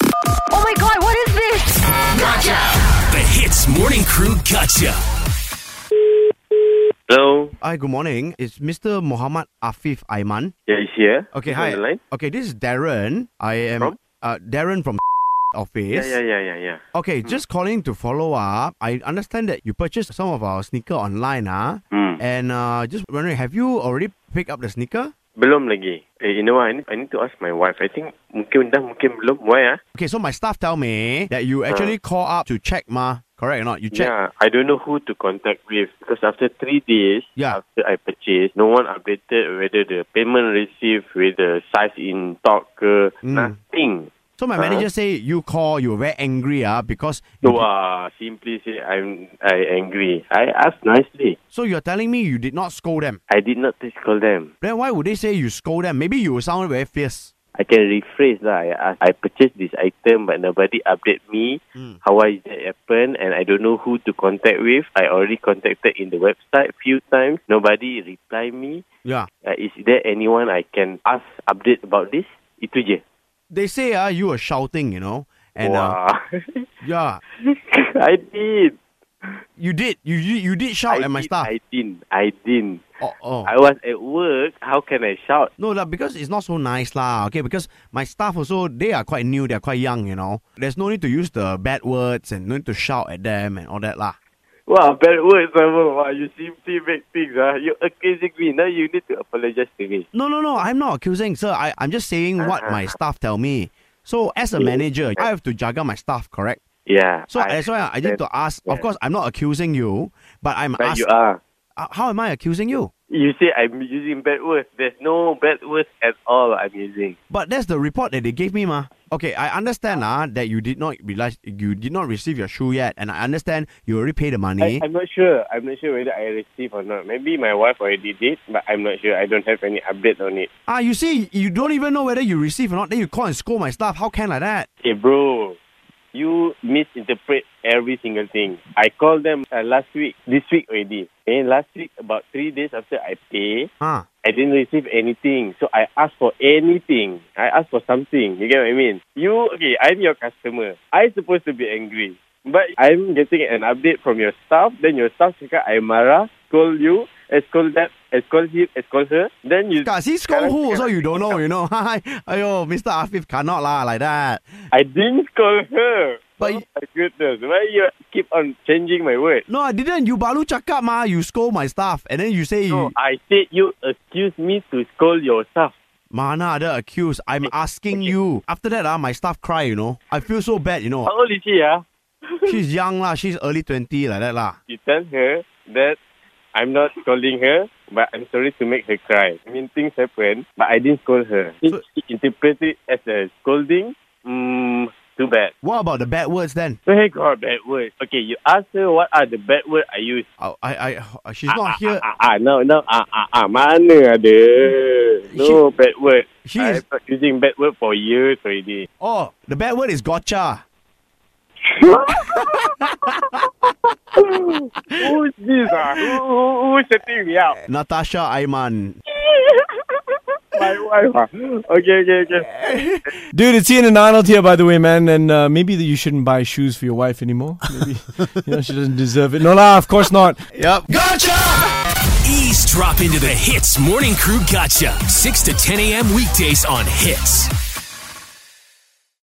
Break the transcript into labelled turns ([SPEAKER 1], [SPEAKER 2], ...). [SPEAKER 1] Oh my god, what is this?
[SPEAKER 2] Gotcha! The Hits Morning Crew Gotcha.
[SPEAKER 3] Hello.
[SPEAKER 4] Hi, good morning. It's Mr. Muhammad Afif Aiman.
[SPEAKER 3] Yeah, he's ya, here.
[SPEAKER 4] Okay,
[SPEAKER 3] He's
[SPEAKER 4] hi.
[SPEAKER 3] On the line.
[SPEAKER 4] Okay, this is Darren. I am
[SPEAKER 3] From?
[SPEAKER 4] Uh, Darren from office.
[SPEAKER 3] Yeah, yeah, Hmm. yeah, yeah, yeah.
[SPEAKER 4] Okay, just calling to follow up. I understand that you purchased some of our sneaker online, ah.
[SPEAKER 3] Hmm.
[SPEAKER 4] And uh, just wondering, have you already picked up the sneaker?
[SPEAKER 3] Belum lagi. Eh, you know what? I need, I need to ask my wife. I think mungkin dah, mungkin belum. Why ah?
[SPEAKER 4] Okay, so my staff tell me that you actually call up to check, ma. Correct or not? You check.
[SPEAKER 3] Hmm. Yeah, Ya, I don't know who to contact with because after three days
[SPEAKER 4] Yeah.
[SPEAKER 3] after I purchased, no one updated whether the payment received, whether size in stock, ke,
[SPEAKER 4] Hmm.
[SPEAKER 3] nothing.
[SPEAKER 4] So my
[SPEAKER 3] Uh-huh.
[SPEAKER 4] manager say you call, you were very angry, ah, because
[SPEAKER 3] So uh, simply say I'm I angry. I asked nicely.
[SPEAKER 4] so you're telling me you did not scold them.
[SPEAKER 3] I did not tackle them.
[SPEAKER 4] Then why would they say you scold them? Maybe you sound very fierce.
[SPEAKER 3] I can rephrase lah. I ask, I purchased this item but nobody update me.
[SPEAKER 4] Hmm.
[SPEAKER 3] How is that happen? And I don't know who to contact with. I already contacted in the website few times. Nobody reply me.
[SPEAKER 4] Yeah.
[SPEAKER 3] Uh, is there anyone I can ask update about this? Itu je.
[SPEAKER 4] They say ah, you were shouting, you know. And
[SPEAKER 3] Wah.
[SPEAKER 4] uh, yeah,
[SPEAKER 3] I did.
[SPEAKER 4] you did. You you, you did shout
[SPEAKER 3] I
[SPEAKER 4] at my
[SPEAKER 3] did,
[SPEAKER 4] staff.
[SPEAKER 3] I didn't. I didn't.
[SPEAKER 4] oh, oh.
[SPEAKER 3] I was at work. How can I shout?
[SPEAKER 4] No, lah, because it's not so nice, lah. Okay, because my staff also they are quite new, they are quite young, you know. There's no need to use the bad words and no need to shout at them and all that, lah.
[SPEAKER 3] Wow, bad words. Wow, wow, you simply make things. Huh? You're accusing me. Now you need to apologize to me.
[SPEAKER 4] No, no, no. I'm not accusing, sir. I, I'm just saying what my staff tell me. So as a manager, I have to juggle my staff, correct?
[SPEAKER 3] Yeah.
[SPEAKER 4] So that's why I
[SPEAKER 3] understand.
[SPEAKER 4] need to ask. Of
[SPEAKER 3] Yeah.
[SPEAKER 4] course, I'm not accusing you, but I'm
[SPEAKER 3] But you
[SPEAKER 4] asking.
[SPEAKER 3] are.
[SPEAKER 4] How am I accusing you?
[SPEAKER 3] You say I'm using bad words. There's no bad words at all I'm using.
[SPEAKER 4] But that's the report that they gave me, ma. Okay, I understand ah that you did not realize you did not receive your shoe yet, and I understand you already paid the money.
[SPEAKER 3] I, am not sure. I'm not sure whether I receive or not. Maybe my wife already did, but I'm not sure. I don't have any update on it.
[SPEAKER 4] Ah, you see, you don't even know whether you receive or not. Then you call and scold my staff. How can like that?
[SPEAKER 3] Hey, bro, you misinterpret every single thing. I called them uh, last week, this week already. And last week, about three days after I pay,
[SPEAKER 4] Ah,
[SPEAKER 3] I didn't receive anything. So I asked for anything. I asked for something. You get what I mean? You, okay, I'm your customer. i supposed to be angry. But I'm getting an update from your staff. Then your staff cakap, I marah, scold you, I scold that, I scold him, I scold her. Then you...
[SPEAKER 4] guys, he scold who? Also, you don't know, you know. Hi, ayo, Mister Afif cannot lah like that.
[SPEAKER 3] I didn't scold her.
[SPEAKER 4] But-
[SPEAKER 3] oh my goodness, why you keep on changing my words?
[SPEAKER 4] No, I didn't. You balu cakap ma, you scold my staff, and then you say
[SPEAKER 3] No,
[SPEAKER 4] you,
[SPEAKER 3] I said you accuse me to scold your staff.
[SPEAKER 4] mana ada accused. I'm asking you. After that ah, my staff cry, you know. I feel so bad, you know.
[SPEAKER 3] How old is she, ah?
[SPEAKER 4] She's young lah. She's early twenty like that lah.
[SPEAKER 3] you tell her that I'm not scolding her, but I'm sorry to make her cry. I mean, things happen, but I didn't scold her. She
[SPEAKER 4] So-
[SPEAKER 3] she interpreted it as a scolding. Mm, too bad.
[SPEAKER 4] What about the bad words then?
[SPEAKER 3] Where got bad words? Okay, you ask her what are the bad words I use.
[SPEAKER 4] Oh, I, I, I she's not here.
[SPEAKER 3] Ah, ah, no, no, ah, ah, ah, mana ada? No bad word.
[SPEAKER 4] She
[SPEAKER 3] I'm
[SPEAKER 4] is-
[SPEAKER 3] not using bad word for years already.
[SPEAKER 4] Oh, the bad word is gotcha.
[SPEAKER 3] Who's this? Ah? Who, who, who's setting me up?
[SPEAKER 4] Natasha Aiman.
[SPEAKER 3] My wife. Ah? Okay, okay, okay.
[SPEAKER 5] Dude, it's Ian and Arnold here, by the way, man. And uh, maybe that you shouldn't buy shoes for your wife anymore. Maybe you know she doesn't deserve it. No, lah, of course not.
[SPEAKER 4] Yep.
[SPEAKER 2] Eavesdrop into the Hits Morning Crew Gotcha. 6 to 10 a.m. weekdays on Hits.